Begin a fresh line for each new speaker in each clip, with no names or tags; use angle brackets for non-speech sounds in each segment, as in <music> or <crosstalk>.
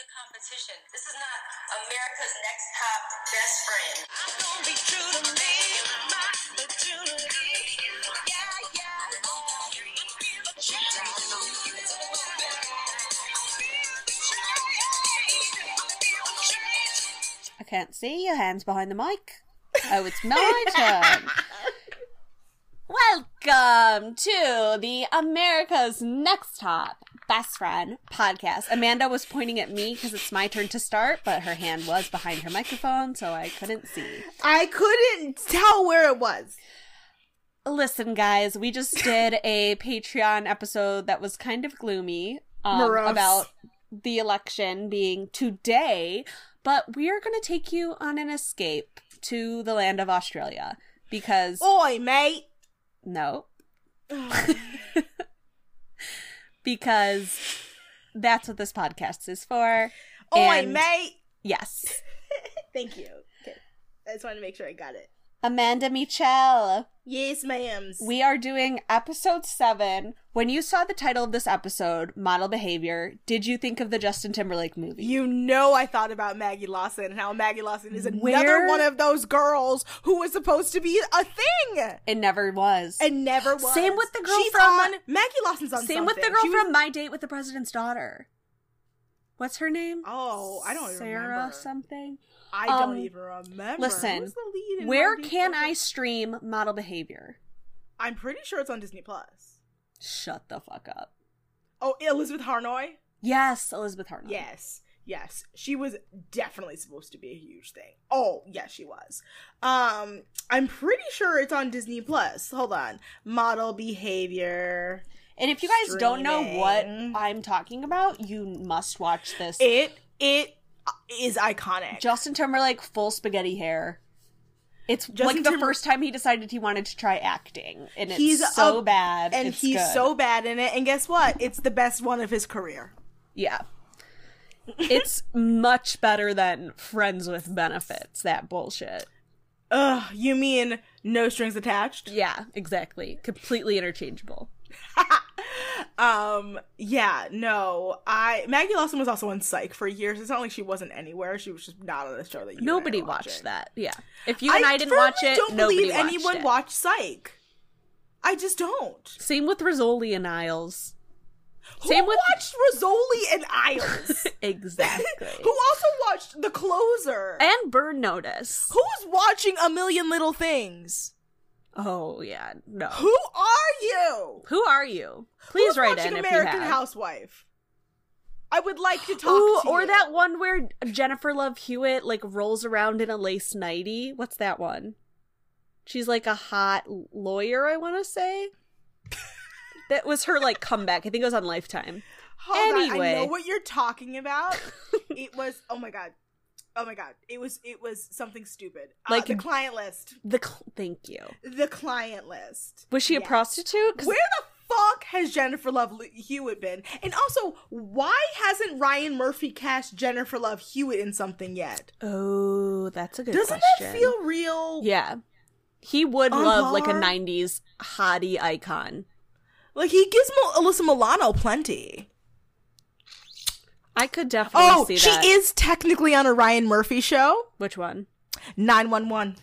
competition. This is not America's Next Top Best Friend. I'm gonna be true to me, my opportunity. Yeah, yeah.
I can't see your hands behind the mic. Oh, it's my turn. <laughs> Welcome to the America's Next Top Best Friend podcast. Amanda was pointing at me because it's my turn to start, but her hand was behind her microphone, so I couldn't see.
I couldn't tell where it was.
Listen, guys, we just did a Patreon episode that was kind of gloomy um,
Morose.
about the election being today, but we are going to take you on an escape to the land of Australia because
Oi,
<sighs>
mate.
no, because that's what this podcast is for.
Oi,
And-
mate.
Yes,
Thank you. Okay. I just wanted to make sure I got it.
Amanda Michelle.
Yes, ma'ams.
We are doing episode seven. When you saw the title of this episode, Model Behavior, did you think of the Justin Timberlake movie?
you know I thought about Maggie Lawson and how Maggie Lawson is another
Where-
one of those girls who was supposed to be a thing
it never was.
and never was.
Same with the girl
She's
from-
on Maggie Lawson's on.
Same with the
something.
girl
She was-
from My Date with the President's Daughter. What's her name?
Oh, I don't
Sarah
remember.
something.
I don't
um,
even remember.
listen,
Who's the lead in
Where
Maggie
can I
Lawson?
stream Model Behavior?
I'm pretty sure it's on Disney Plus.
Shut the fuck up.
Oh, Elizabeth Harnoy.
Yes, Elizabeth Hartnell.
Yes, yes, she was definitely supposed to be a huge thing. Oh, yes, she was. Um, I'm pretty sure it's on Disney Plus. Hold on, model behavior.
And if you guys don't know what
Streaming.
I'm talking about, you must watch this.
It it is iconic.
Justin Timberlake full spaghetti hair. It's like
Justin
the
Timber-
first time he decided he wanted to try acting, and it's
He's
so
a-
bad.
and
it's
he's
good.
so bad in it. And guess what? It's the best one of his career.
yeah. it's much better than Friends with Benefits. That bullshit.
Ugh, you mean no strings attached?
Yeah, exactly. Completely interchangeable.
Um, yeah, no. I Maggie Lawson was also on Psych for years. It's not like she wasn't anywhere. She was just not on a show that you
Nobody
and I were
watched
watching.
that. Yeah. If you and I, didn't watch
firmly
it,
don't
nobody
believe
watched
anyone
it.
watched Psych. I just don't.
Same with Rizzoli
<laughs>
and Isles. Same
Who
with-
watched Rizzoli and
<laughs>
Isles? Who
Exactly.
also watched The Closer?
and Burn Notice.
Who's watching A Million Little Things?
Oh yeah, no.
Who are you?
Who are you? Please
Who's
write
watching
in if you
American
have.
Housewife. I would like to talk
Ooh,
to
or
you.
that one where Jennifer Love Hewitt like rolls around in a lace nightie. What's that one? She's like a hot lawyer, I want
<laughs>
to say. that was her like comeback. I think it was on Lifetime.
Hold on, I know
Anyway.
what you're talking
<laughs>
about. it was oh my god, oh my god, it was it was something stupid. Uh,
Like-
the client list,
The cl- thank you.
the client list.
Was she a
Yes.
prostitute? 'Cause
Where the fuck has Jennifer Love Lu- Hewitt been? And also, why hasn't Ryan Murphy cast Jennifer Love Hewitt in something yet?
Oh, that's a good
Doesn't
question.
that feel real?
Yeah. He would
On
love like a
par?
90s hottie icon.
Like he gives Mel- Alyssa Milano plenty.
I could definitely
Oh,
see
she
that.
is technically on a Ryan Murphy show,
Which one?
nine one one,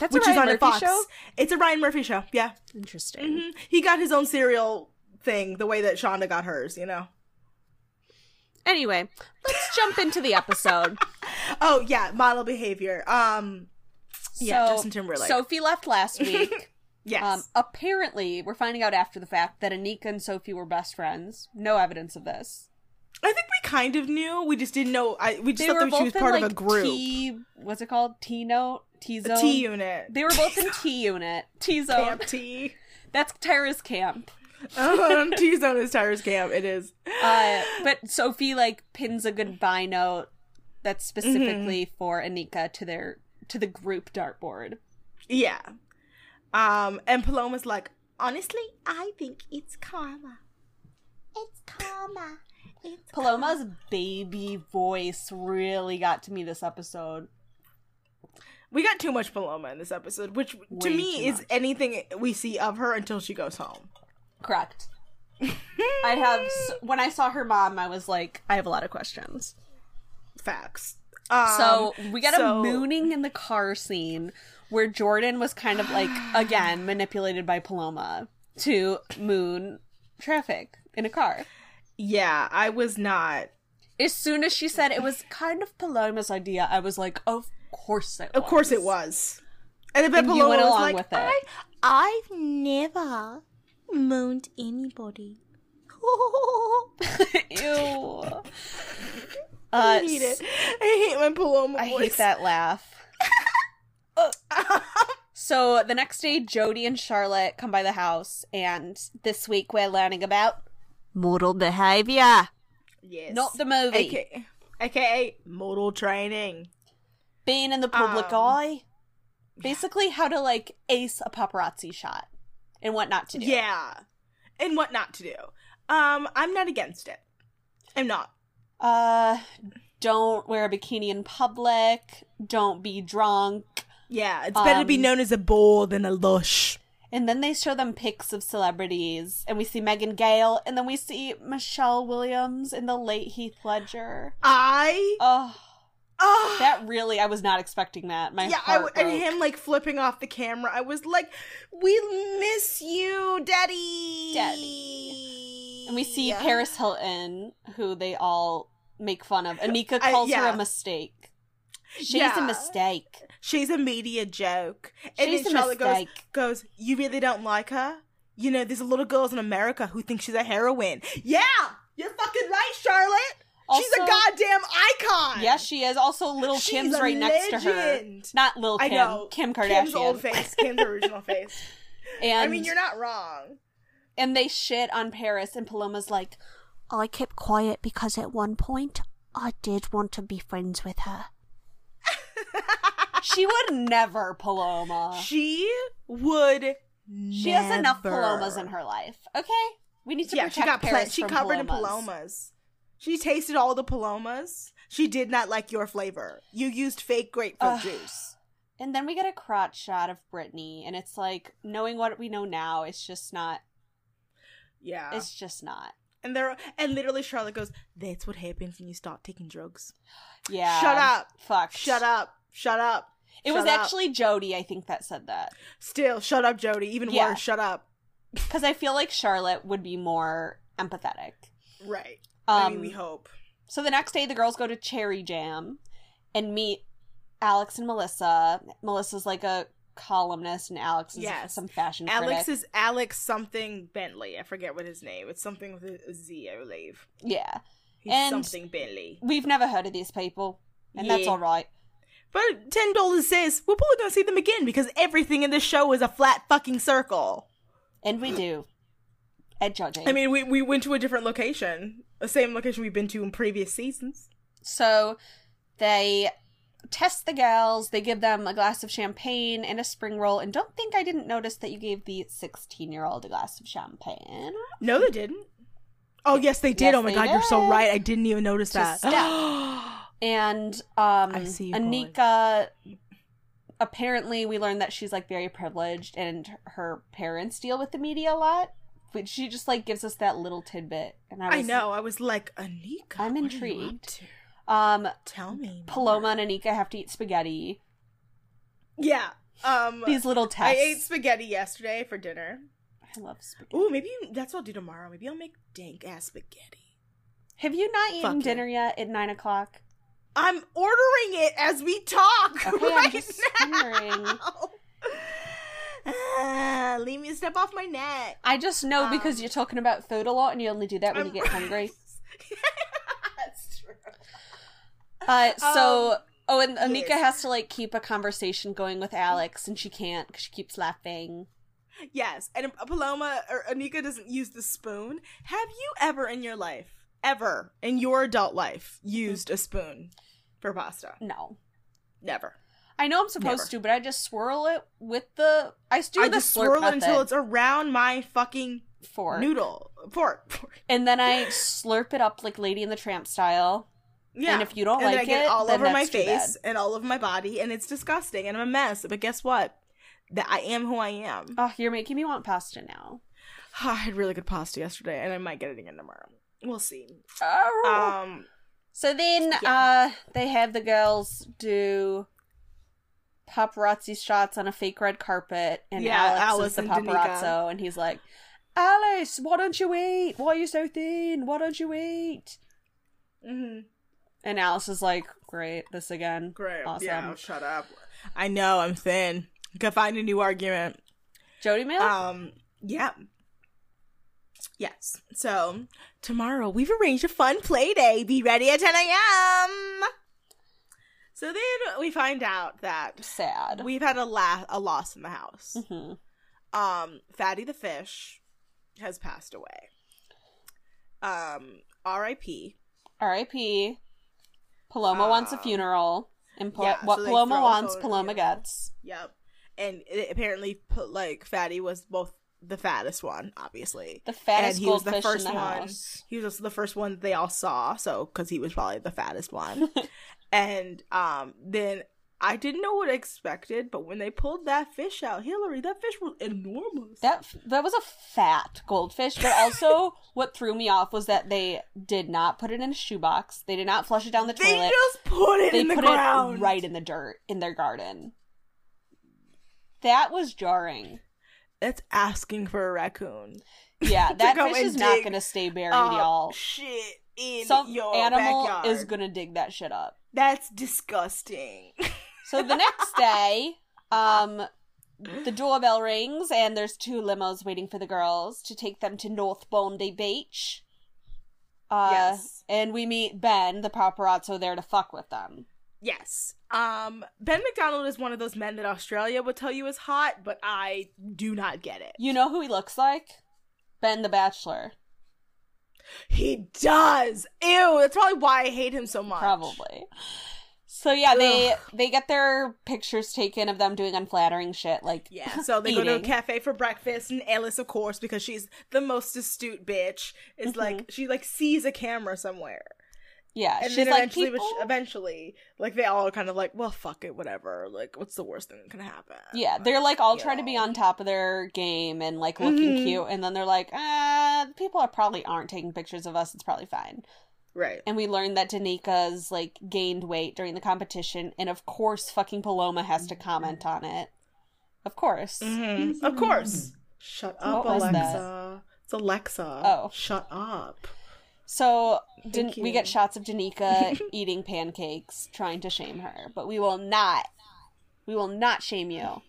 That's
which
a
is
Ryan
on
Murphy
a Fox.
show.
It's a Ryan Murphy show. Yeah.
Interesting.
Mhm. He got his own serial thing the way that Shonda got hers, you know?
Anyway, let's jump into the episode.
Oh, yeah, model behavior. Um, Yeah,
so,
Justin Timberlake.
Sophie
<laughs>
left last week.
yes.
um, apparently, we're finding out after the fact that Anika and Sophie were best friends. No evidence of this.
I think we kind of knew. We just didn't know. I, we just
They
thought
were
that she
both
was
in
part
like
of a group.
T. What's it called? T note. T
A
zone.
T unit.
They were
<laughs>
both in T unit. T zone.
Camp T.
That's Tyra's camp.
um, T zone is Tyra's camp. It is.
Uh, but Sophie like pins a goodbye note that's specifically
Mm-hmm.
for Anika to their to the group dartboard.
Yeah. Um, and Paloma's like, honestly, I think it's karma. It's karma. It's
Paloma's baby voice really got to me this episode.
We got too much Paloma in this episode, which
Way
to me
too
is
much.
anything we see of her until she goes home.
Correct. I have s- when I saw her mom, I was like, I have a lot of questions.
Facts. Um,
So we got
so-
a mooning in the car scene where Jordan was kind of <gasps> like again manipulated by Paloma to moon traffic in a car.
Yeah, I was not.
As soon as she said it was kind of Paloma's idea, I was like, of course it.
Of course, it was. And then
And you
Paloma
went
was
along
like,
with it.
"I-
I've never moaned anybody.
<laughs> Ew. Uh,
I hate
s-
it. I hate when Paloma.
I hate
voice. <laughs>
that laugh. so the next day, Jody and Charlotte come by the house, and this week we're learning about mortal behavior,
yes.
not the movie,
AKA, AKA modal training.
being in the public
Um,
eye, basically how to like ace a paparazzi shot and what not to do.
Yeah. And what not to do. Um, I'm not against it. I'm not.
Uh, don't wear a bikini in public. Don't be drunk.
Yeah, it's better to be
Um,
known as a bull than a lush.
And then they show them pics of celebrities, and we see Megan Gale, and then we see Michelle Williams in the late Heath Ledger.
I
Oh,
oh,
that really, I was not expecting that. My
yeah, I w-
heart
and
broke.
him like flipping off the camera. I was like, "We miss you, Daddy."
Daddy. And we see
Yeah.
Paris Hilton, who they all make fun of. Anika
I-
calls her
yeah.
a mistake. She's
Yeah.
a mistake.
She's a media joke. And
She's
then
a
Charlotte goes,
mistake.
goes, You really don't like her? You know, there's a lot of girls in America who think she's a heroine. Yeah, you're fucking right, Charlotte. she's a
Also-
goddamn icon.
Yes, she is. Also, Little
She's
Kim's
a
right next to her.
legend.
Not Lil
I
Kim.
know.
Kim Kardashian.
Kim's old
<laughs>
face, Kim's original face.
And
I mean, you're not wrong.
and they shit on Paris, and Paloma's like,
I kept quiet because at one point I did want to be friends with her.
She would never, Paloma.
She would.
Uh, She has enough Palomas in her life. Okay, we need to
yeah,
protect
she got
Paris
plenty. She
from
covered in
Palomas.
palomas. She tasted all the palomas. She did not like your flavor. You used fake grapefruit
Ugh.
juice.
And then we get a crotch shot of Brittany, and it's like knowing what we know now, it's just not.
Yeah.
It's just not.
And they're and literally Charlotte goes, "That's what happens when you start taking drugs."
Yeah.
Shut up.
Fuck.
Shut up. Shut up.
It was
Shut up.
actually Jody, I think, that said that
still shut up, Jody. Even
Yeah.
worse, shut up.
because I feel like Charlotte would be more empathetic.
Right. I mean,
Um,
we hope.
So the next day, the girls go to Cherry Jam and meet Alex and Melissa. Melissa's like a columnist, and Alex is
Yes.
some fashion critic.
Alex is Alex something Bentley. I forget what his name. It's something with a Z, I believe.
yeah,
He's
And-
something Bentley.
we've never heard of these people, and that's
Yeah.
all right.
But ten dollars says we're probably gonna see them again because everything in this show is a flat fucking circle.
And we do at judging.
I mean, we we went to a different location, the same location we've been to in previous seasons.
so they test the gals. They give them a glass of champagne and a spring roll. And don't think I didn't notice that you gave the sixteen-year-old a glass of champagne.
No, they didn't. Oh yes, they did.
Yes,
oh my
they
god, you're so
did.
right. I didn't even notice
To
that. <gasps>
and um
I see you,
Anika apparently we learned that she's like very privileged and her parents deal with the media a lot but she just like gives us that little tidbit and I,
I
was,
know. I was like, Anika.
I'm
what are you up
intrigued.
to?
um
Tell me.
Paloma and Anika have to eat spaghetti
Yeah. Um.
these little
I
tests
ate spaghetti yesterday for dinner.
I love spaghetti
Ooh, maybe that's what I'll do tomorrow. Maybe I'll make dank ass spaghetti.
have you not eaten
Fuck yeah.
dinner yet at nine o'clock
I'm ordering it as we <laughs> talk
okay I'm
right
just
now. <laughs>
wondering
Ah, leave me a step off my neck.
I just know because
Um,
you're talking about food a lot and you only do that when
I'm-
you get
<laughs>
hungry
that's true.
Uh, so
Um,
oh, and Anika
yes.
has to like keep a conversation going with Alex, and she can't because she keeps laughing.
Yes, and a Paloma or Anika doesn't use the spoon. Have you ever in your life, ever in your adult life, used a spoon for pasta?
No,
Never.
I know I'm supposed
Never.
to, but I just swirl it with the. I do
I
the
just
slurp
swirl it
method
until it's around my fucking
fork,
noodle fork. fork.
and then I slurp it up like Lady in the Tramp style.
Yeah.
And if you don't
and then
like
I get
it,
all
then
over my
that's too
face and all over my body, and it's disgusting, and I'm a mess. But guess what? That I am who I am.
Ah, Oh, you're making me want pasta now.
<sighs> I had really good pasta yesterday, and I might get it again tomorrow. We'll see.
Oh.
Um,
so then uh they have the girls do paparazzi shots on a fake red carpet and
Yeah,
Alex, is
Alice
the
and
paparazzo
Danica.
and he's like Alice, why don't you eat? Why are you so thin? Why don't you eat?
mhm.
And Alice is like, Great, this again.
Great.
Awesome.
Yeah, shut up. I know I'm thin. Could find a new argument.
Jody Mills?
Um, yeah. Yes. So tomorrow we've arranged a fun play day. Be ready at 10 a.m. So then we find out that
Sad.
we've had a la- a loss in the house.
hmm
Um, Fatty the fish has passed away. Um, R.I.P.
R.I.P. Paloma wants a
Um,
funeral. And Pal-
yeah, so
what
they
Paloma
throw
wants,
someone a
Paloma
funeral.
gets.
Yep. And it apparently, put- like Fatty was both the fattest one, obviously.
The fattest
And he was the
goldfish
first
in the
one.
house.
he was also the first one they all saw so because he was probably the fattest
<laughs>
one and um then i didn't know what i expected but when they pulled that fish out hillary that fish was enormous
That that was a fat goldfish, but
<laughs>
also what threw me off was that they did not put it in a shoebox. They did not flush it down the
they
toilet.
just put it
they
in the
put
ground
it right in the dirt in their garden. That was jarring.
that's asking for a raccoon <laughs>
Yeah,
To
that
go
fish
and
is not
dig
going to stay buried,
Oh,
y'all.
shit in
Some
your
animal
backyard.
is going to dig that shit up.
that's disgusting <laughs>
So the next day, um, the doorbell rings and there's two limos waiting for the girls to take them to North Bondi Beach. Uh,
Yes.
And we meet Ben, the paparazzo, there to fuck with them.
Yes. Um, Ben McDonald is one of those men that Australia would tell you is hot, but I do not get it.
You know who he looks like? Ben the Bachelor,
He does. Ew, that's probably why I hate him so much.
probably. So yeah, they they get their pictures taken of them doing unflattering shit, like
Yeah. So they go to a
Eating.
cafe for breakfast, and Alice, of course, because she's the most astute bitch, is
Mm-hmm.
like she like sees a camera somewhere,
yeah.
and
she's
then
like,
eventually, which
"People-"
eventually, like they all kind of like, well, fuck it, whatever. Like, what's the worst thing that can happen?
Yeah, they're like all
you
trying to be
know.
on top of their game and like looking
Mhm.
cute, and then they're like, "Ah, people are probably aren't taking pictures of us. It's probably fine."
right.
And we learned that Danika's like gained weight during the competition, and of course, fucking Paloma has to comment on it. Of course,
Mhm. Of course. Shut up,
What was that?
Alexa. It's Alexa.
Oh.
Shut up.
so Dan-
Thank
we
you.
get shots
<laughs>
of Danika eating pancakes, trying to shame her, but we will not. We will not shame you.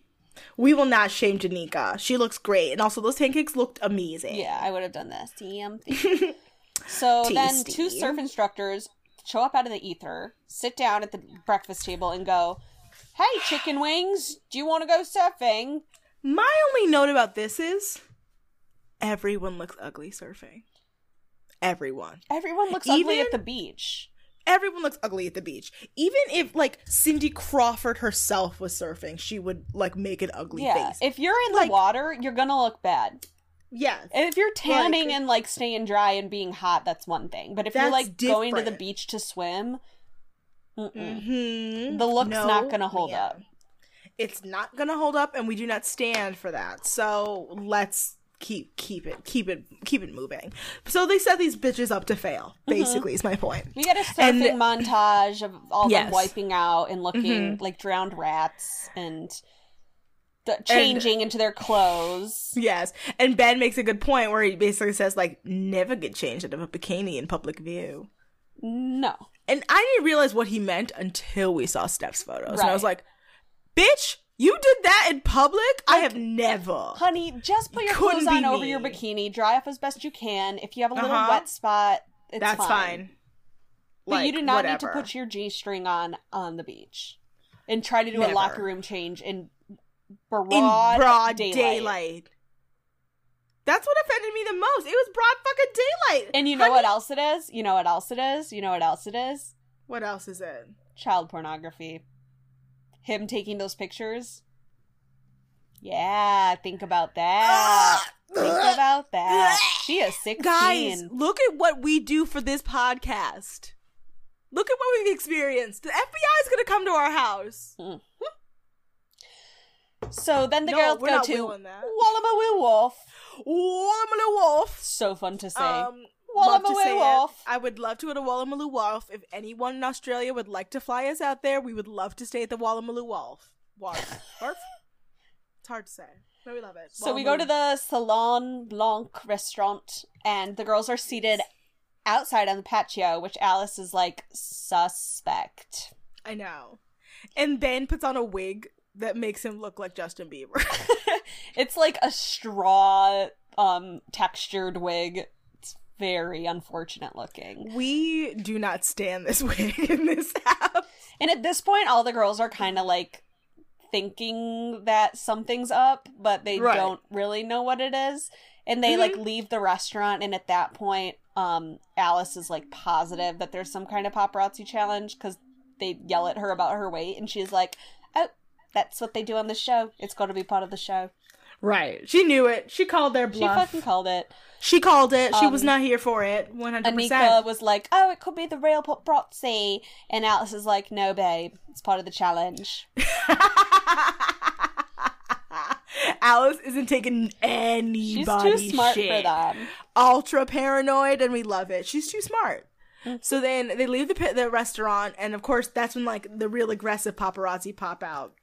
We will not shame Danica. She looks great, and also those pancakes looked amazing.
Yeah, I would have done this. Damn thing.
<laughs>
so then
Tasty.
two surf instructors show up out of the ether, sit down at the breakfast table and go, Hey chicken wings, do you want to go surfing?
My only note about this is everyone looks ugly surfing. Everyone.
Everyone looks ugly
Even-
at the beach.
Everyone looks ugly at the beach. Even if like Cindy Crawford herself was surfing, she would like make an ugly
Yeah.
face.
If you're in the
Like-
water, you're gonna look bad.
yes.
And if you're tanning
Like-
and like staying dry and being hot, that's one thing. But if you're
That's
like going to the
different.
beach to swim, mm-mm.
Mhm.
Mm. the look's
No,
not gonna hold
ma'am.
up.
It's not gonna hold up, and we do not stand for that. So let's keep keep it keep it keep it moving. So they set these bitches up to fail.
Mm-hmm.
Basically, is my point.
We get a
And-
surfing montage of all them
Yes. Mm-hmm.
wiping out and looking like drowned rats and the, changing into their clothes.
Yes, and Ben makes a good point where he basically says like, "Never get changed out of a bikini in public view."
No.
And I didn't realize what he meant until we saw Steph's photos, and I was
Right.
like, "Bitch, you did that in public? I have never."
Honey, just put your
Couldn't
clothes on
be
over
me.
your bikini, dry off as best you can. If you have a little
Uh-huh.
wet spot, it's
That's fine.
But you do not need to
whatever.
put your G string on on the beach and try to do a
Never.
locker room change in broad,
in broad
daylight.
daylight. That's what offended me the most. It was broad fucking daylight.
And you know what else it is? You know what else it is? You know what else it is?
What else is it?
child pornography. Him taking those pictures. Yeah, think about that. think about that. She is 16.
Ah! Guys, look at what we do for this podcast. Look at what we've experienced. The FBI is going to come to our house.
So then the
No,
girls
we're
go
not
to
willing that.
Wallama Woo Wolf.
Wallamaloo Wolf.
So fun to say.
Um, love to
Wallamaloo
say it.
Wolf.
I would love to go to Wallamaloo Wolf. If anyone in Australia would like to fly us out there, we would love to stay at the Wallamaloo Wolf.
<laughs>
Wolf. Wolf? It's hard to say. But we love it.
so we go to
Wallamaloo.
the Salon Blanc restaurant, and the girls are seated outside on the patio, which Alice is like suspect.
I know. And then puts on a wig that makes him look like Justin Bieber. <laughs>
It's like a straw um textured wig. It's very unfortunate looking.
we do not stand this <laughs> wig in this house.
And at this point all the girls are kind of like thinking that something's up, but they
Right.
don't really know what it is. And they like leave the restaurant and at that point um Alice is like positive that there's some kind of paparazzi challenge cuz they yell at her about her weight and she's like, "Oh, that's what they do on the show. It's got to be part of the show."
Right. She knew it. She called their
She fucking called it.
She called it. She was
Um,
not here for it. 100%.
Anika was like, "Oh, it could be the real paparazzi," and Alice is like, "No, babe, it's part of the challenge."
<laughs> Alice isn't taking anybody
She's too smart
shit.
for them.
Ultra paranoid, and we love it. She's too smart. So then they leave the pi- the restaurant, and of course that's when like the real aggressive paparazzi pop out,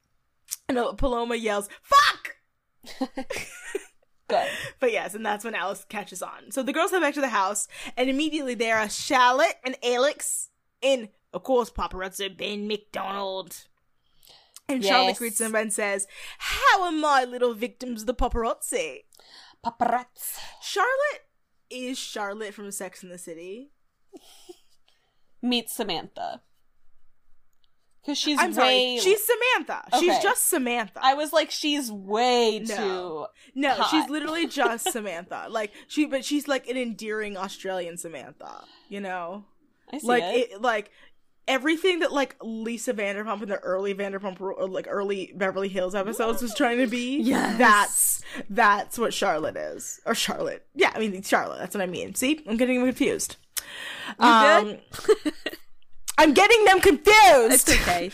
and uh, Paloma yells "fuck."
<laughs> Good.
But yes, and that's when Alice catches on. So the girls head back to the house, and immediately there are Charlotte and Alex, and of course paparazzi Ben McDonald. And Charlotte
Yes.
greets them and says, "How are my little victims the paparazzi?"
Paparazzi.
Charlotte is Charlotte from Sex in the City.
Meet Samantha. Because she's
I'm sorry,
way.
she's Samantha. She's
Okay.
just Samantha.
I was like, she's way
No.
too.
no,
hot.
she's literally
<laughs>
just Samantha. Like she, but she's like an endearing Australian Samantha. You know.
I see
like
it.
it. like everything that like Lisa Vanderpump in the early Vanderpump Ru- or like early Beverly Hills episodes was trying to be.
<laughs> Yes.
That's that's what Charlotte is. Or Charlotte. Yeah, I mean it's Charlotte, that's what I mean. See? I'm getting them confused. You
good? <laughs>
I'm getting them
It's
confused.
okay.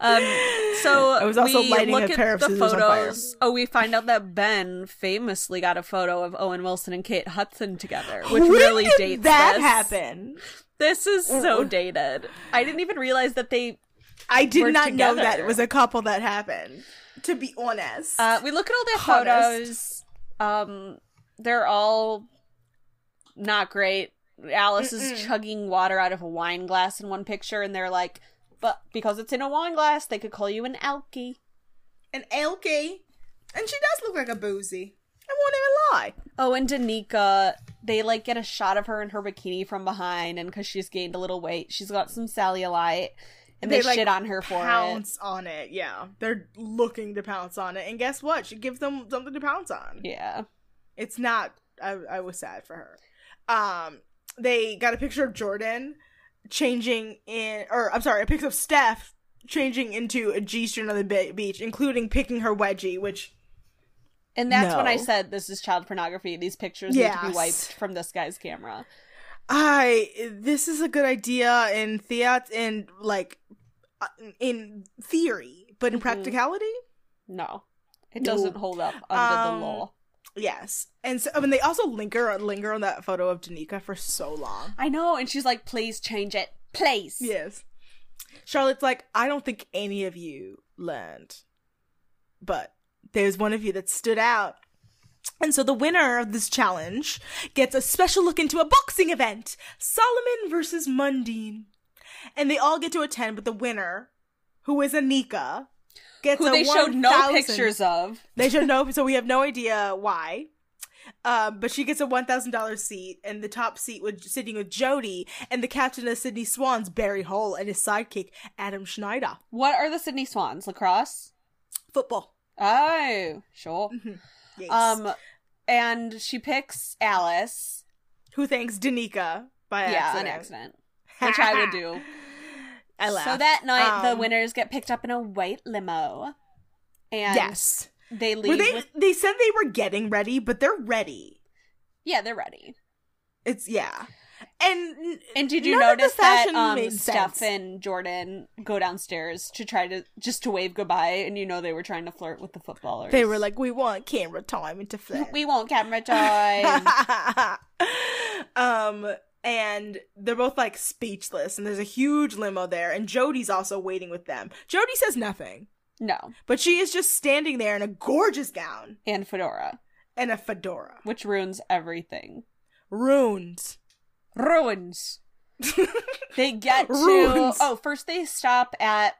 Um, <laughs> so
I was also
we
lighting
look
a
at
pair of
the
scissors on fire.
photos. Oh, we find out that Ben famously got a photo of Owen Wilson and Kate Hudson together, which
When
really
did
dates
that
this.
happen?
This is
Mm,
so dated. I didn't even realize that they.
I did
We're
not know that
together.
it was a couple that happened. To be honest.
Uh, we look at all their
Honest.
photos. Um, they're all not great. Alice is chugging water out of a wine glass in one picture, and they're like, "But because it's in a wine glass, they could call you an alky."
and Elkie. And she does look like a boozy. I won't even lie.
Oh, and Danica, they like get a shot of her in her bikini from behind, and because she's gained a little weight, she's got some cellulite, and they,
like,
shit on her for
pounce on it. Yeah, they're looking to pounce on it, and guess what? She gives them something to pounce on.
it. Yeah,
It's not. I, I was sad for her. Um, they got a picture of Jordan changing in, or I'm sorry, a picture of Steph changing into a g-string on the be- beach, including picking her wedgie, which
and that's when I
No.
said this is child pornography. These pictures need to be
Yes.
wiped from this guy's camera.
I this is a good idea in theat in like uh, in theory, but in practicality,
No, it
No.
doesn't hold up under
Um,
the law.
Yes, and so I mean they also linger linger on that photo of Danica for so long.
I know, and she's like, "Please change it, please."
Yes, Charlotte's like, I don't think any of you learned, but there's one of you that stood out, and so the winner of this challenge gets a special look into a boxing event: Solomon versus Mundine, and they all get to attend, but the winner, who is Anika, gets
Who
a
they showed no
1,000
pictures of.
they should know, so we have no idea why. Um, but she gets a one thousand dollar seat, and the top seat was sitting with Jody, and the captain of Sydney Swans, Barry Hall, and his sidekick Adam Schneider.
What are the Sydney Swans? Lacrosse.
Football.
Oh, sure.
Yes.
Um, and she picks Alice.
Who thanks Danica by
yeah,
accident.
an accident, which I would do.
<laughs> I laugh.
So that night, the
Um,
winners get picked up in a white limo, and
Yes.
they leave.
Were they?
with-
They said they were getting ready, but they're ready.
yeah, they're ready.
It's yeah. And
And did you
none of the
notice that
fashion
um,
made
Steph
sense.
and Jordan go downstairs to try to just to wave goodbye, and you know they were trying to flirt with the footballers.
They were like, we want camera time into
<laughs>
flat.
"We won't
<laughs>
camera time." <laughs>
um, and they're both like speechless, and there's a huge limo there, and Jody's also waiting with them. Jody says nothing,
no,
but she is just standing there in a gorgeous gown
and fedora,
and a fedora.
which ruins everything.
Runes. <laughs>
Ruins. they get to
Ruins.
oh, first they stop at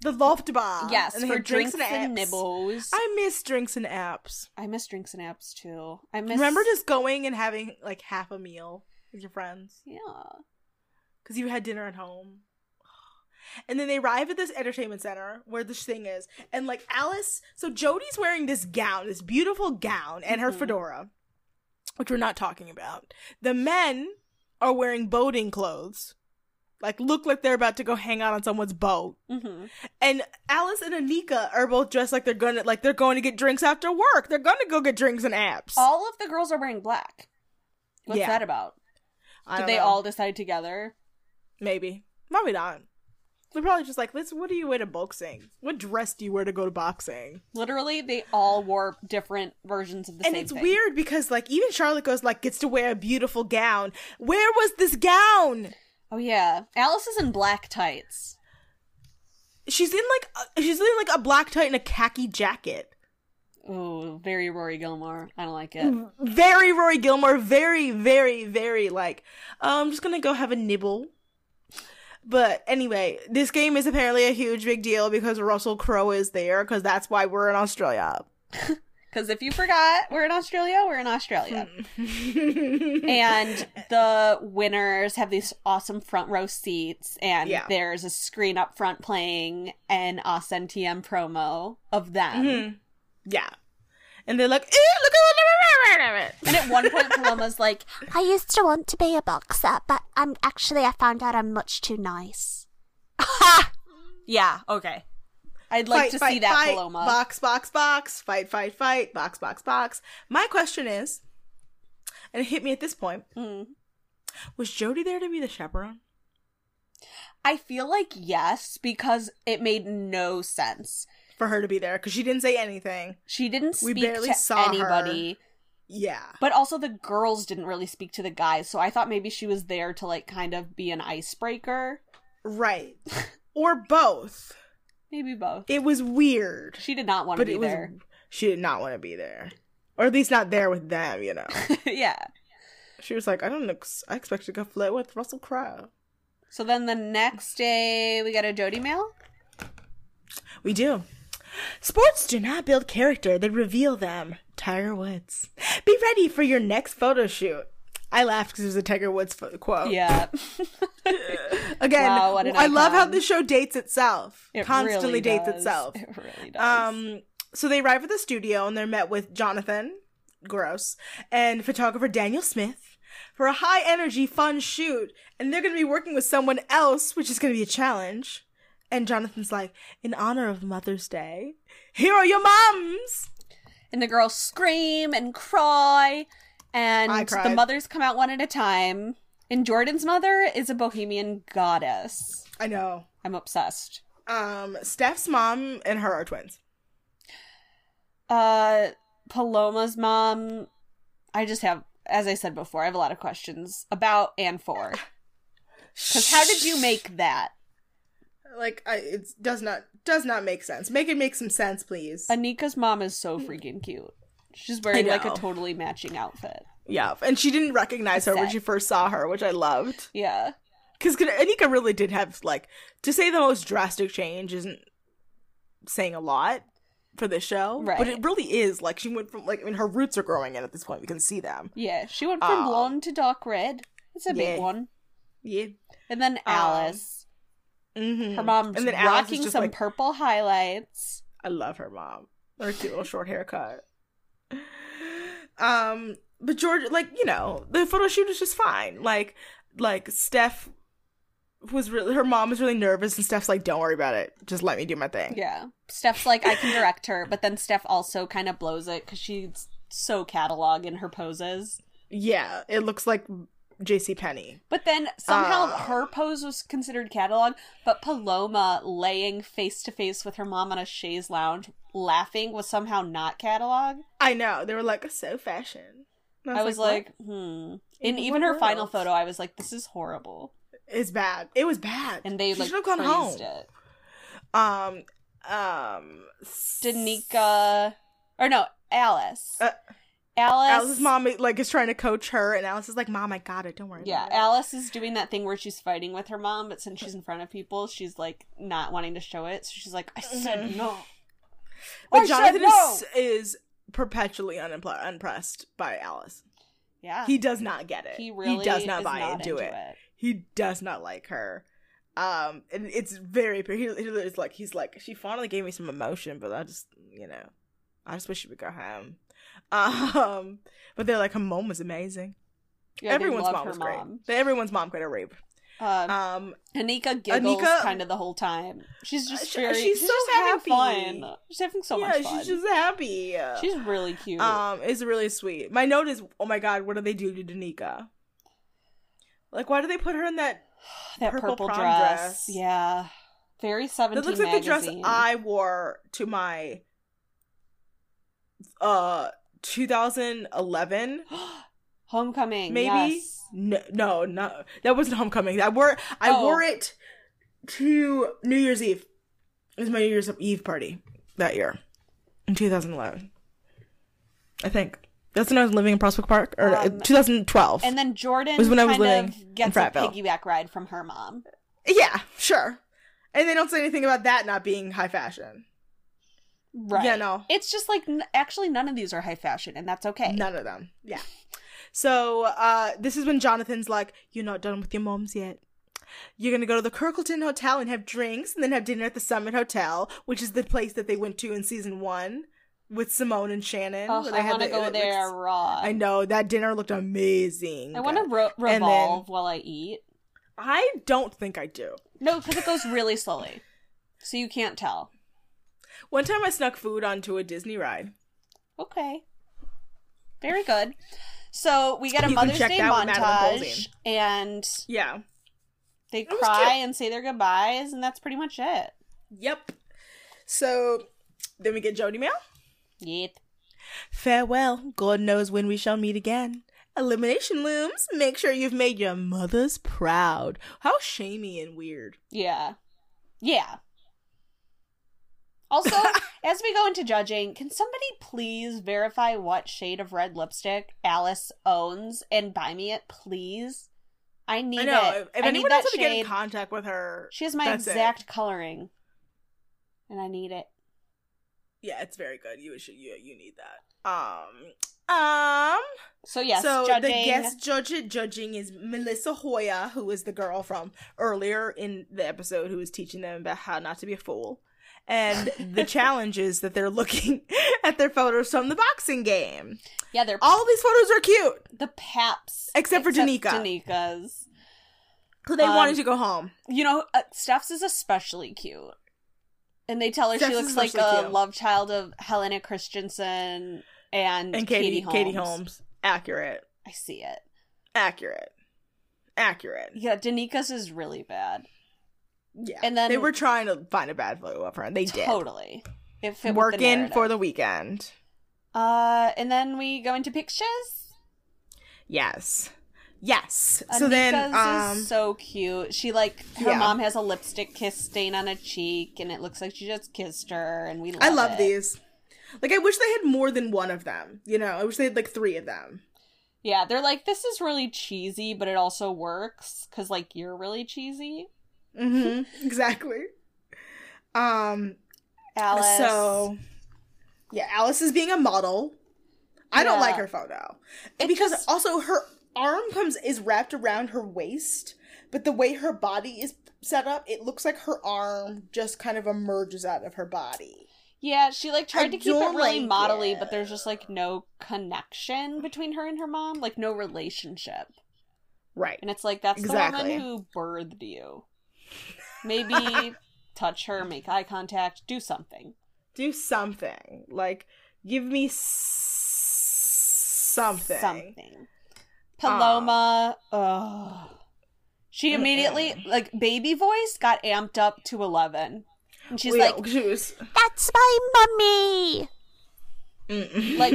The loft bar.
yes
they
for
had
drinks and,
apps.
nibbles. I,
I miss drinks and apps.
miss drinks and apps too. I miss
Remember just going and having like half a meal with your friends
yeah.
because you had dinner at home. And then they arrive at this entertainment center where this thing is, and like Alice, so Jody's wearing this gown, this beautiful gown, and her
Mhm.
fedora, which we're not talking about. The men are wearing boating clothes, like look like they're about to go hang out on someone's boat.
Mm-hmm.
And Alice and Anika are both dressed like they're gonna like they're going to get drinks after work. They're gonna go get drinks and apps.
All of the girls are wearing black. What's
Yeah.
that about?
I
Did
don't
they
know.
all decide together?
Maybe. Probably not. They're probably just like, let's. What do you wear to boxing? What dress do you wear to go to boxing?
Literally, they all wore different versions of the
and
same
it's
thing.
weird because like even Charlotte goes like gets to wear a beautiful gown. Where was this gown?
Oh yeah, Alice is in black tights.
She's in like a, she's in like a black tight and a khaki jacket.
Oh, very Rory Gilmore. I don't like
Mm.
it.
Very Rory Gilmore. Very very very like. uh, I'm just gonna go have a nibble. But anyway, this game is apparently a huge big deal because Russell Crowe is there because that's why we're in Australia. <laughs>
Because if you forgot, we're in Australia. We're in Australia.
Mm. <laughs>
and the winners have these awesome front row seats, and
Yeah.
there's a screen up front playing an Austin TM promo of them.
Mhm. Yeah. And they're like, "Ew, look at what
And at one point, Paloma's like,
I used to want to be a boxer, but I'm actually I found out I'm much too nice.
"Yeah, okay, I'd like to see that
fight,
Paloma."
Box, box, box, fight, fight, fight, box, box, box. My question is, and it hit me at this point,
Mm.
was Jody there to be the chaperone?
I feel like yes, because it made no sense.
For her to be there, because she didn't say anything.
She didn't
We
speak
barely
to
saw her.
anybody,
Yeah.
but also the girls didn't really speak to the guys. So I thought maybe she was there to like kind of be an icebreaker, <laughs>
Right. or both.
maybe both.
It was weird.
She did not want to
But
be
it was
there. <laughs>
she did not want to be there. Or at least not there with them,
<laughs>
you know.
yeah.
she was like, I don't ex- I expected to go flirt with Russell Crowe.
So then the next day we got a Jody mail.
We do. Sports do not build character, they reveal them. Tiger Woods. Be ready for your next photo shoot. I laughed because it was a Tiger Woods pho- quote.
Yeah. <laughs>
Again,
Wow, what an
I love how
icon.
the show dates itself.
It
constantly
really
dates
does.
itself.
It really does.
Um so they arrive at the studio and they're met with Jonathan Gross and photographer Daniel Smith for a high energy fun shoot and they're going to be working with someone else which is going to be a challenge. And Jonathan's like, "In honor of Mother's Day, here are your moms."
and the girls scream and
I
cry and
cried.
the mothers come out one at a time and jordan's mother is a bohemian goddess
I know.
i'm obsessed
Um Steph's mom and her are twins.
uh paloma's mom i just have as i said before i have a lot of questions about and for because how did you make that
Like I it does not does not make sense. Make it make some sense, please.
anika's mom is so freaking cute she's wearing like a
know.
totally matching outfit
Yeah, and she didn't recognize her when
Upset.
she first saw her, which I loved.
yeah
Because Anika really did have like to say the most drastic change isn't saying a lot for this show,
Right.
but it really is like she went from like I mean her roots are growing in at this point. We can see them.
yeah she went from
Oh.
blonde to dark red it's a
Yeah.
big one
Yeah.
and then
Um,
alice
Mm-hmm.
Her mom's
and then Alice is
rocking
just
some
like,
purple highlights.
I love her mom. Her cute little short haircut. Um, but George, like you know, the photo shoot is just fine. Like, like Steph was really her mom was really nervous, and Steph's like, "Don't worry about it. Just let me do my thing."
Yeah. Steph's like, I can direct her, but then Steph also kind of blows it because she's so catalog in her poses.
Yeah, it looks like J.C. Penney.
But then somehow
Ah.
her pose was considered catalog, but Paloma laying face to face with her mom on a chaise lounge laughing was somehow not catalog.
I know they were like so fashion. And
I was
"What?"
like, hmm. And
In
even
what
her final
world?
photo, I was like, this is horrible.
it's bad. It was bad.
And they
She
like
should've
praised
gone home.
it.
Um, um, s-
Danica, or no, Alice.
Uh,
Alice.
Alice's mom like is trying to coach her, and Alice is like, "Mom, I got it. Don't worry."
Yeah,
about it."
Alice is doing that thing where she's fighting with her mom, but since she's in front of people, she's like not wanting to show it. So she's like, I said no.
Mm-hmm. But
I
Jonathan
said no.
is, is perpetually unimpl- unimpressed by Alice.
Yeah.
He does not get it.
He really
does not
is
buy
not
into, it. He does not like her. Um, and it's very. He, he is like he's like she finally gave me some emotion, but I just you know, I just wish she would go home. Um, but they're like her mom was amazing.
Yeah, they
everyone's
love
mom
her
was great. They- Everyone's mom could have rape.
Um,
Um,
Anika giggles
Anika- Uh,
kind of the whole time. She's just
She-
very.
she's
She's,
so
just
happy.
having fun. She's having so
yeah,
much fun.
she's
She's,
just uh, happy.
really cute.
Um, it's really sweet. My note is, oh my god, what do they do to Danica? Like, why do they put her in that?
that
purple
purple,
prom
dress.
dress.
Yeah. Very 17
That looks like the dress
magazine.
I wore to my uh
<gasps>
2011
Homecoming.
maybe.
yes.
No, no, no, that wasn't homecoming. I wore I
Oh.
wore it to New Year's Eve. It was my New Year's Eve party that year in 2011. I think that's when I was living in Prospect Park, or uh,
Um,
2012.
And then Jordan
was when I was
kind
living in
of gets a
Fayetteville.
piggyback ride from her mom.
Yeah, sure. And they don't say anything about that not being high fashion.
Right.
Yeah, no.
It's just like, n- actually, none of these are high fashion, and that's okay.
None of them. Yeah. So uh, this is when Jonathan's like, "You're not done with your moms yet. You're gonna go to the Kirkleton Hotel and have drinks, and then have dinner at the Summit Hotel, which is the place that they went to in season one with Simone and Shannon.
Oh,
where they
I
had
want to
the-
go
it
there
looks-
raw.
I
I,
know that dinner looked amazing.
want to ro-
then-
revolve while I eat.
I don't think I do.
No, because it goes really slowly. So you can't tell.
One time I snuck food onto a Disney ride.
Okay. Very good. So we get
You
a
can
Mother's
check
Day
that with Madame
montage,
Bolzan.
and
Yeah.
they
was
cry
cute.
and say their goodbyes, and that's pretty much it.
Yep. So then we get Jody Mail.
Yep.
Farewell. God knows when we shall meet again. Elimination looms. Make sure you've made your mothers proud. How shamey and weird.
Yeah. Yeah.
<laughs>
Also, as we go into judging, can somebody please verify what shade of red lipstick Alice owns and buy me it, please? I need
I know.
it.
If, if
I need
anyone
that
else would get in
shade.
contact with her,
She has my
that's it.
exact coloring, and I need it.
Yeah, it's very good. You should. You you need that. Um. Um.
So yes,
so
judging.
the guest judge at judging is Melissa Hoya, who is the girl from earlier in the episode who was teaching them about how not to be a fool. And
<laughs>
the challenge is that they're looking <laughs> at their photos from the boxing game.
yeah, they're
All these photos are cute,
the paps,
except for Danica,
Danica's.
who they
Um,
wanted to go home.
You know, uh, Steph's is especially cute. And they tell her
Steph's
she
is
looks like
especially
a
cute.
love child of Helena Christensen and,
And Katie, Katie Holmes.
Katie
accurate,
I see it.
accurate, accurate.
Yeah, Danica's is really bad.
Yeah,
And then-
they were trying to find a bad photo of her, and they did.
Totally. It fit with the
Working for the
narrative.
weekend.
Uh, and then we go into pictures.
Yes, yes.
Anika's
so then, um,
is so cute. She like her
yeah.
mom has a lipstick kiss stain on a cheek, and it looks like she just kissed her. And we love
I love
it.
these. Like I wish they had more than one of them. You know, I wish they had like three of them.
Yeah, they're like this is really cheesy, but it also works because like you're really cheesy.
Mm-hmm. <laughs> exactly. Um.
Alice.
So. Yeah, Alice is being a model. I don't
Yeah.
like her photo
It
because
just-
also her arm comes is wrapped around her waist, but the way her body is set up, it looks like her arm just kind of emerges out of her body.
yeah, she like tried
I
to keep it
don't
really
like
modelly,
it.
but there's just like no connection between her and her mom, like no relationship.
Right.
And it's like that's
Exactly.
the woman who birthed you.
<laughs>
Maybe touch her, make eye contact, do something.
Do something. Like give me s- something.
Something. Paloma. Ugh. She immediately like baby voice got amped up to eleven, and she's
We-
like,
she was <laughs>
That's my mummy.
like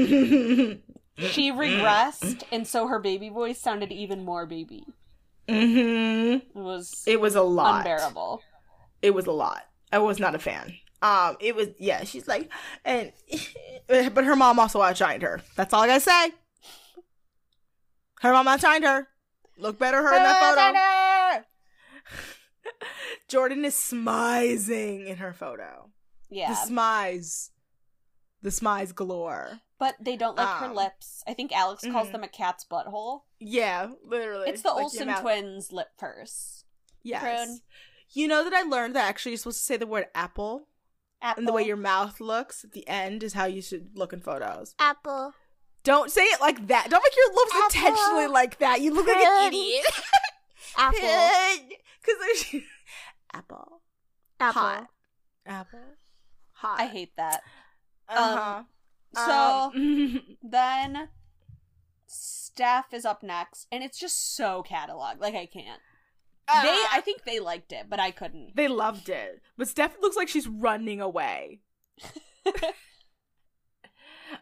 <laughs>
she regressed, and so her baby voice sounded even more baby.
hmm
It was
It was a lot.
unbearable.
It was a lot. I was not a fan. Um, it was yeah. She's like, and <laughs> but her mom also outshined her. That's all I gotta say. Her mom outshined her. Look better her in that photo. Jordan is smizing in her photo.
Yeah,
The smize, the smize galore.
but they don't like her
um,
lips. I think Alex calls
mhm.
them a cat's butthole.
Yeah, literally.
It's the
Like,
Olsen
amount-
twins lip purse.
Yes.
prune.
You know that I learned that actually you're supposed to say the word apple,
Apple.
and the way your mouth looks at the end is how you should look in photos. <laughs>
Apple.
Don't say it like that. Don't make your lips
Apple.
intentionally like that. You look like an
Prune.
idiot. <laughs>
Apple.
Because apple,
Apple.
hot, apple, hot.
I hate that.
Uh-huh. <laughs>
So
Um,
then Steph is up next, and it's just so catalog. Like I can't. they,
Uh,
I think they liked it, but I couldn't.
they loved it, but Steph looks like she's running away.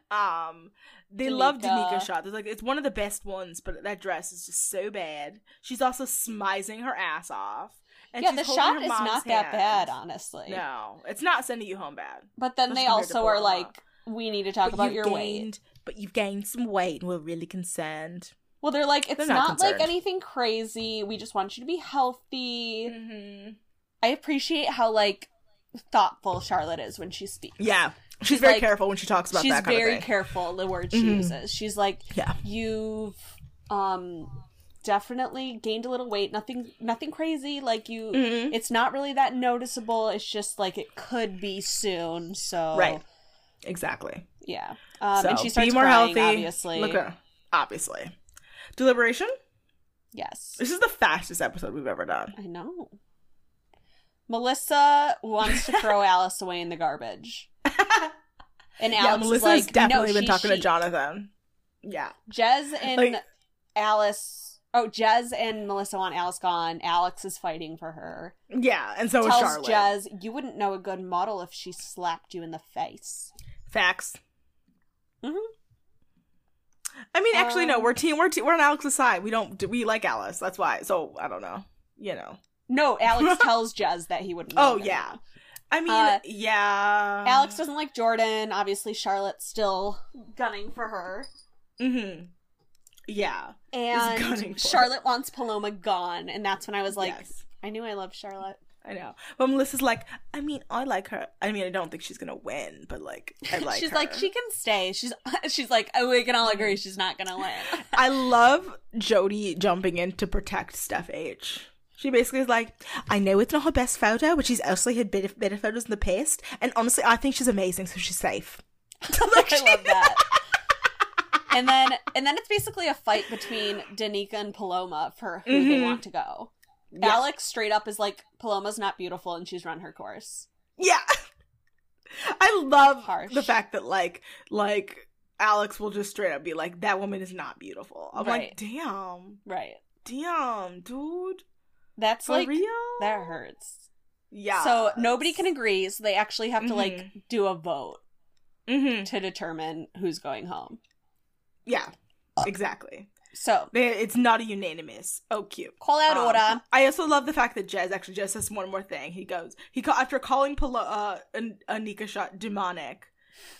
Um, they love
Danica.
Danica shot. There's like it's one of the best ones, but that dress is just so bad. She's also smizing her ass off. And
yeah,
she's
the
holding
shot
her
is
mom's
not that
hand.
bad, honestly.
No, it's not sending you home bad.
But then
That's
they
compared to
also are
Borla.
like, we need to talk about your weight.
but you've gained some weight, and we're really concerned.
Well, they're like, it's
They're not
not, like
concerned.
anything crazy. We just want you to be healthy.
Mm-hmm.
I appreciate how like thoughtful Charlotte is when she speaks.
Yeah, she's,
She's
very
like-
careful when she talks about
she's
that kind
very
of thing.
careful the words she
Mhm.
uses she's like
Yeah.
you've um definitely gained a little weight nothing nothing crazy like you
Mhm.
it's not really that noticeable it's just like it could be soon so
Right. exactly.
yeah um
so
and she starts
be more
crying,
healthy.
obviously
Look at her. obviously. Deliberation.
yes
This is the fastest episode we've ever done.
i know melissa wants to
<laughs>
throw alice away in the garbage and alex
yeah,
is
Melissa's
like,
definitely
no,
been
she's
talking to
chic."
Jonathan. Yeah.
Jez and
Like-
Alice. Oh, Jez and Melissa want Alice gone. Alex is fighting for her.
Yeah, and so
Tells
is Oh, Charlotte.
Jez, "You wouldn't know a good model if she slapped you in the face."
Facts.
Mhm.
I mean, actually, no.
Um,
We're team. We're team, we're on Alex's side. We don't. We like Alice. That's why. So I don't know. You know.
No,
<laughs>
Alex tells Jez that he wouldn't. know
Oh
them.
yeah. I mean,
Uh,
yeah.
Alex doesn't like Jordan. Obviously, Charlotte's still gunning for her,
Mm-hmm. Yeah. gunning
and
for
Charlotte wants Paloma gone. And that's when I was like,
Yes.
"I knew I loved Charlotte."
I know. But Melissa's like, I mean, I like her. I mean, I don't think she's gonna win, but like, I like.
<laughs> she's
her. Mm-hmm.
like, she can stay. She's <laughs> she's like, oh, we can all agree she's not
<laughs>
gonna win. <laughs>
I love Jody jumping in to protect Steph H. She basically is like, I know it's not her best photo, but she's also had better, better photos in the past. And honestly, I think she's amazing, so she's safe.
I love that. and then and then it's basically a fight between Danica and Paloma for who they
Mhm.
want to go.
Yeah.
Alex straight up is like, Paloma's not beautiful and she's run her course.
Yeah. <laughs> I love
Harsh.
the fact that like like Alex will just straight up be like, that woman is not beautiful. I'm
Right.
like, damn,
Right.
damn, dude.
That's
For
like
real?
that hurts.
Yeah.
So nobody can agree, so they actually have to like
Mhm.
do a vote
hmm
to determine who's going home.
Yeah. Exactly.
So
They- It's not a unanimous. Oh, cute.
call out
Um,
Ora.
I also love the fact that Jez actually just says one more thing. He goes, he call, after calling Palo- uh, An- Anika shot demonic.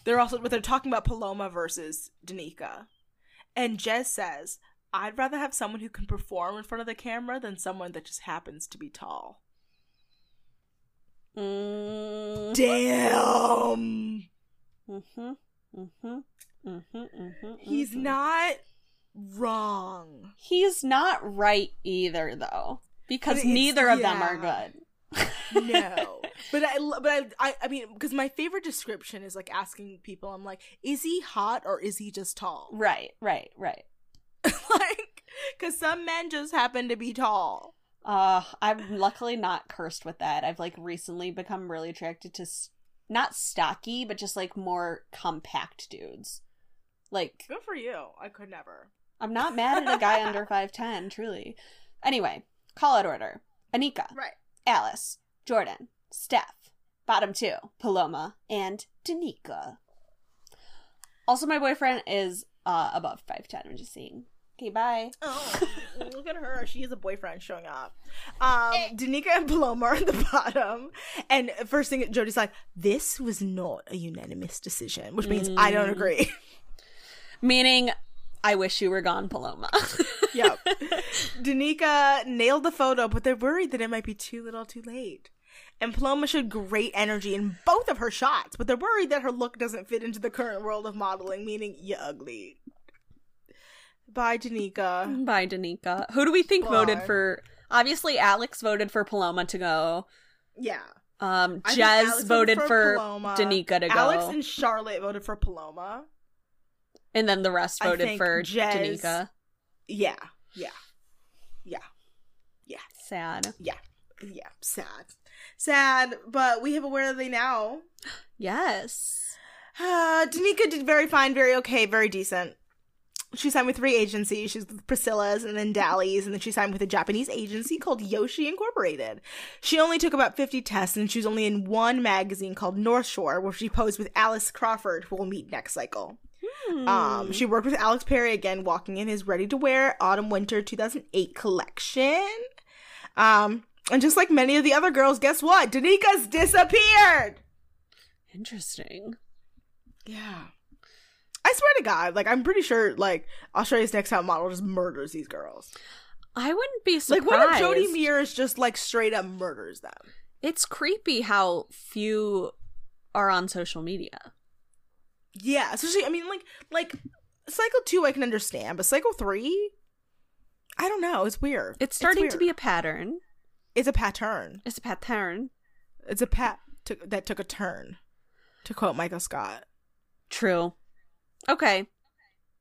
They're also but they're talking about Paloma versus Danica, and Jez says, "I'd rather have someone who can perform in front of the camera than someone that just happens to be tall."
Mm.
Damn,
Mm-hmm. Mm-hmm. Mm-hmm. Mm-hmm.
he's not wrong.
He's not right either, though, because
But it's-
neither of them are
yeah.
good.
no but i lo- but i i, I mean because my favorite description is like asking people i'm like is he hot or is he just tall
Right, right, right.
<laughs> like because some men just happen to be tall
Uh, I'm luckily not cursed with that. I've like recently become really attracted to s not stocky, but just like more compact dudes. Like
good for you i could never
I'm not mad at a guy
<laughs>
under 5'10, truly. Anyway, call out order Anika,
Right.
Alice, Jordan, Steph, bottom two, Paloma, and Danica. Also, my boyfriend is uh, above 5'10. I'm just seeing. Okay, bye.
Oh, look at her. She has a boyfriend showing up. Um, Danica and Paloma are at the bottom. And first thing, Jody's like, this was not a unanimous decision, which means I don't agree.
Meaning, I wish you were gone, Paloma. <laughs>
yep. <laughs> Danica nailed the photo, but they're worried that it might be too little too late. And Paloma showed great energy in both of her shots, but they're worried that her look doesn't fit into the current world of modeling, meaning you ugly. Bye, Danica.
Bye, Danica. Who do we think voted
Bye.
for? Obviously, Alex voted for Paloma to go.
Yeah.
Um,
I think Alex
Jez voted for,
Paloma.
Danica to go,
Alex and Charlotte voted for Paloma.
and then the rest
I
voted
think
for
Jez-
Danica.
Yeah. Yeah. Yeah.
Sad.
Yeah. Yeah. Sad. Sad, but we have a where are they now?
Yes.
Uh, Danica did very fine, very okay, very decent. She signed with three agencies. She's with Priscilla's and then Dally's, and then she signed with a Japanese agency called Yoshi Incorporated. She only took about 50 tests, and she was only in one magazine called North Shore, where she posed with Alice Crawford, who we'll meet next cycle. Um, she worked with Alex Perry again, walking in his ready to wear autumn winter 2008 collection. Um, and just like many of the other girls, guess what? Danica's disappeared!
Interesting.
Yeah. I swear to God, like I'm pretty sure, like Australia's Next Top Model just murders these girls.
I wouldn't be surprised.
Like, what if Jodie Mears just like straight up murders them?
It's creepy how few are on social media.
Yeah, especially I mean, like, like cycle two I can understand, but cycle three, I don't know. It's weird.
It's starting to be
weird.
a pattern.
It's a pattern.
It's a pattern.
It's a pat took that took a turn, to quote Michael Scott. <sighs>
True. Okay.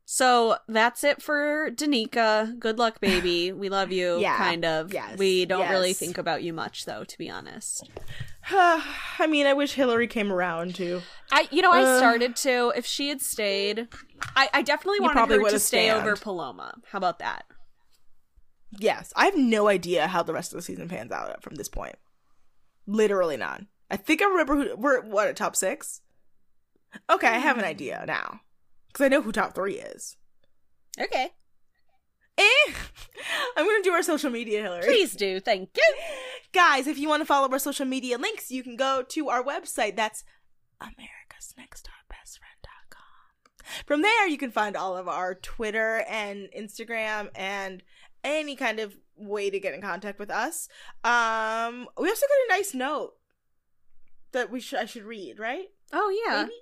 So that's it for Danica. Good luck, <laughs> baby. We love you,
Yeah.
kind of.
Yes.
We don't really
Yes.
think about you much, though, to be honest.
I mean, I wish Hillary came around too.
I, you know, I
Ugh.
started to. If she had stayed, I, I definitely
You
wanted
probably
her to
would've
stay
stand.
over Paloma. How about that?
Yes, I have no idea how the rest of the season pans out from this point. Literally none. I think I remember who we're what at top six. Okay, I have an idea now because I know who top three is.
Okay.
Eh, <laughs> I'm gonna do our social media, Hillary.
Please do. Thank you.
guys, if you want to follow our social media links, you can go to our website. That's America's Next Top Best Friend.com. From there, you can find all of our Twitter and Instagram and any kind of way to get in contact with us. Um, we also got a nice note that we should I should read, right?
Oh, yeah.
Maybe?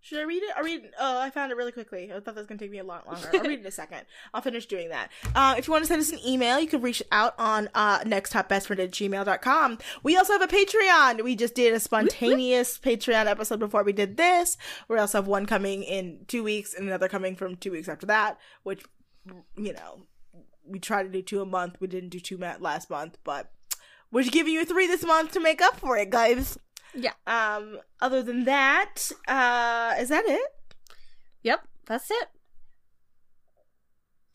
Should I read it? I read. Oh, I found it really quickly. I thought that was gonna take me a lot longer. I'll read it in a second. I'll finish doing that. Uh, if you want to send us an email, you can reach out on uh, nexttopbestfriend at gmail.com. We also have a Patreon. We just did a spontaneous Patreon episode before we did this. We also have one coming in two weeks and another coming from two weeks after that. Which, you know, we try to do two a month. We didn't do two ma- last month, but we're giving you three this month to make up for it, guys.
Yeah.
Um. Other than that, uh, is that it?
Yep. That's it.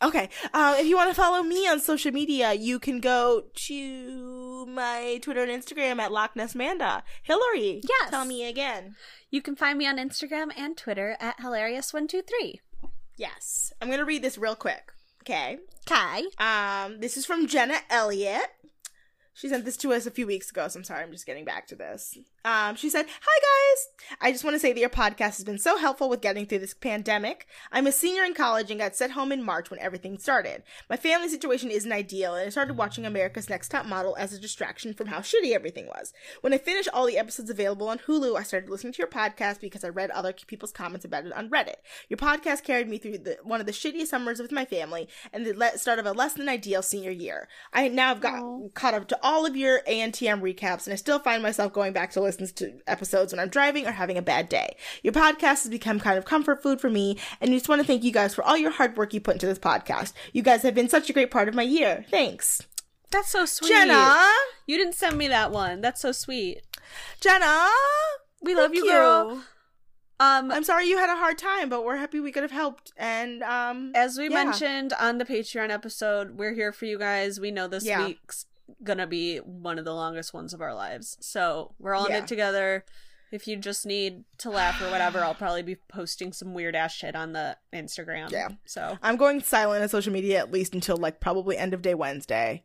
Okay. Um, if you want to follow me on social media, you can go to my Twitter and Instagram at Loch Ness Manda. Hillary,
Yes.
tell me again.
You can find me on Instagram and Twitter at hilarious123.
Yes, I'm gonna read this real quick. Okay.
Kai.
Um, this is from Jenna Elliott. She sent this to us a few weeks ago, so I'm sorry, I'm just getting back to this. Um, she said, Hi guys! I just want to say that your podcast has been so helpful with getting through this pandemic. I'm a senior in college and got sent home in March when everything started. My family situation isn't ideal, and I started watching America's Next Top Model as a distraction from how shitty everything was. When I finished all the episodes available on Hulu, I started listening to your podcast because I read other people's comments about it on Reddit. Your podcast carried me through the, one of the shittiest summers with my family and the le- start of a less than ideal senior year. I now have got caught up to all of your ANTM recaps, and I still find myself going back to listen to episodes when I'm driving or having a bad day. Your podcast has become kind of comfort food for me, and I just want to thank you guys for all your hard work you put into this podcast. You guys have been such a great part of my year. Thanks,
That's so sweet.
Jenna.
You didn't send me that one. That's so sweet.
Jenna,
We love
Thank
you, girl. Um,
I'm sorry you had a hard time, but we're happy we could have helped. And um,
as we
Yeah.
mentioned on the Patreon episode, we're here for you guys. We know this
Yeah.
week's gonna be one of the longest ones of our lives, so we're all in
Yeah.
it together. If you just need to laugh or whatever, I'll probably be posting some weird ass shit on the Instagram.
Yeah.
So
I'm going silent on social media at least until like probably end of day Wednesday.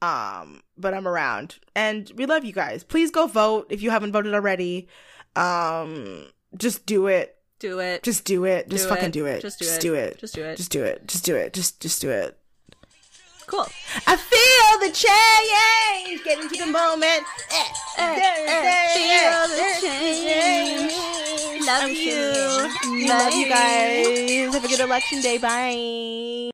Um, but I'm around, and we love you guys. Please go vote if you haven't voted already. Um, just do it.
do it.
Just do it. Just
Do
fucking
it.
do it.
Just do it.
Just do it.
Just do it.
Just do it. Just do it. Just just do it.
cool.
I feel the change. Get into the moment. Eh, eh, eh,
feel the
eh,
change.
change.
Love
I'm
you.
feeling it. Love you guys. Have a good election day. Bye.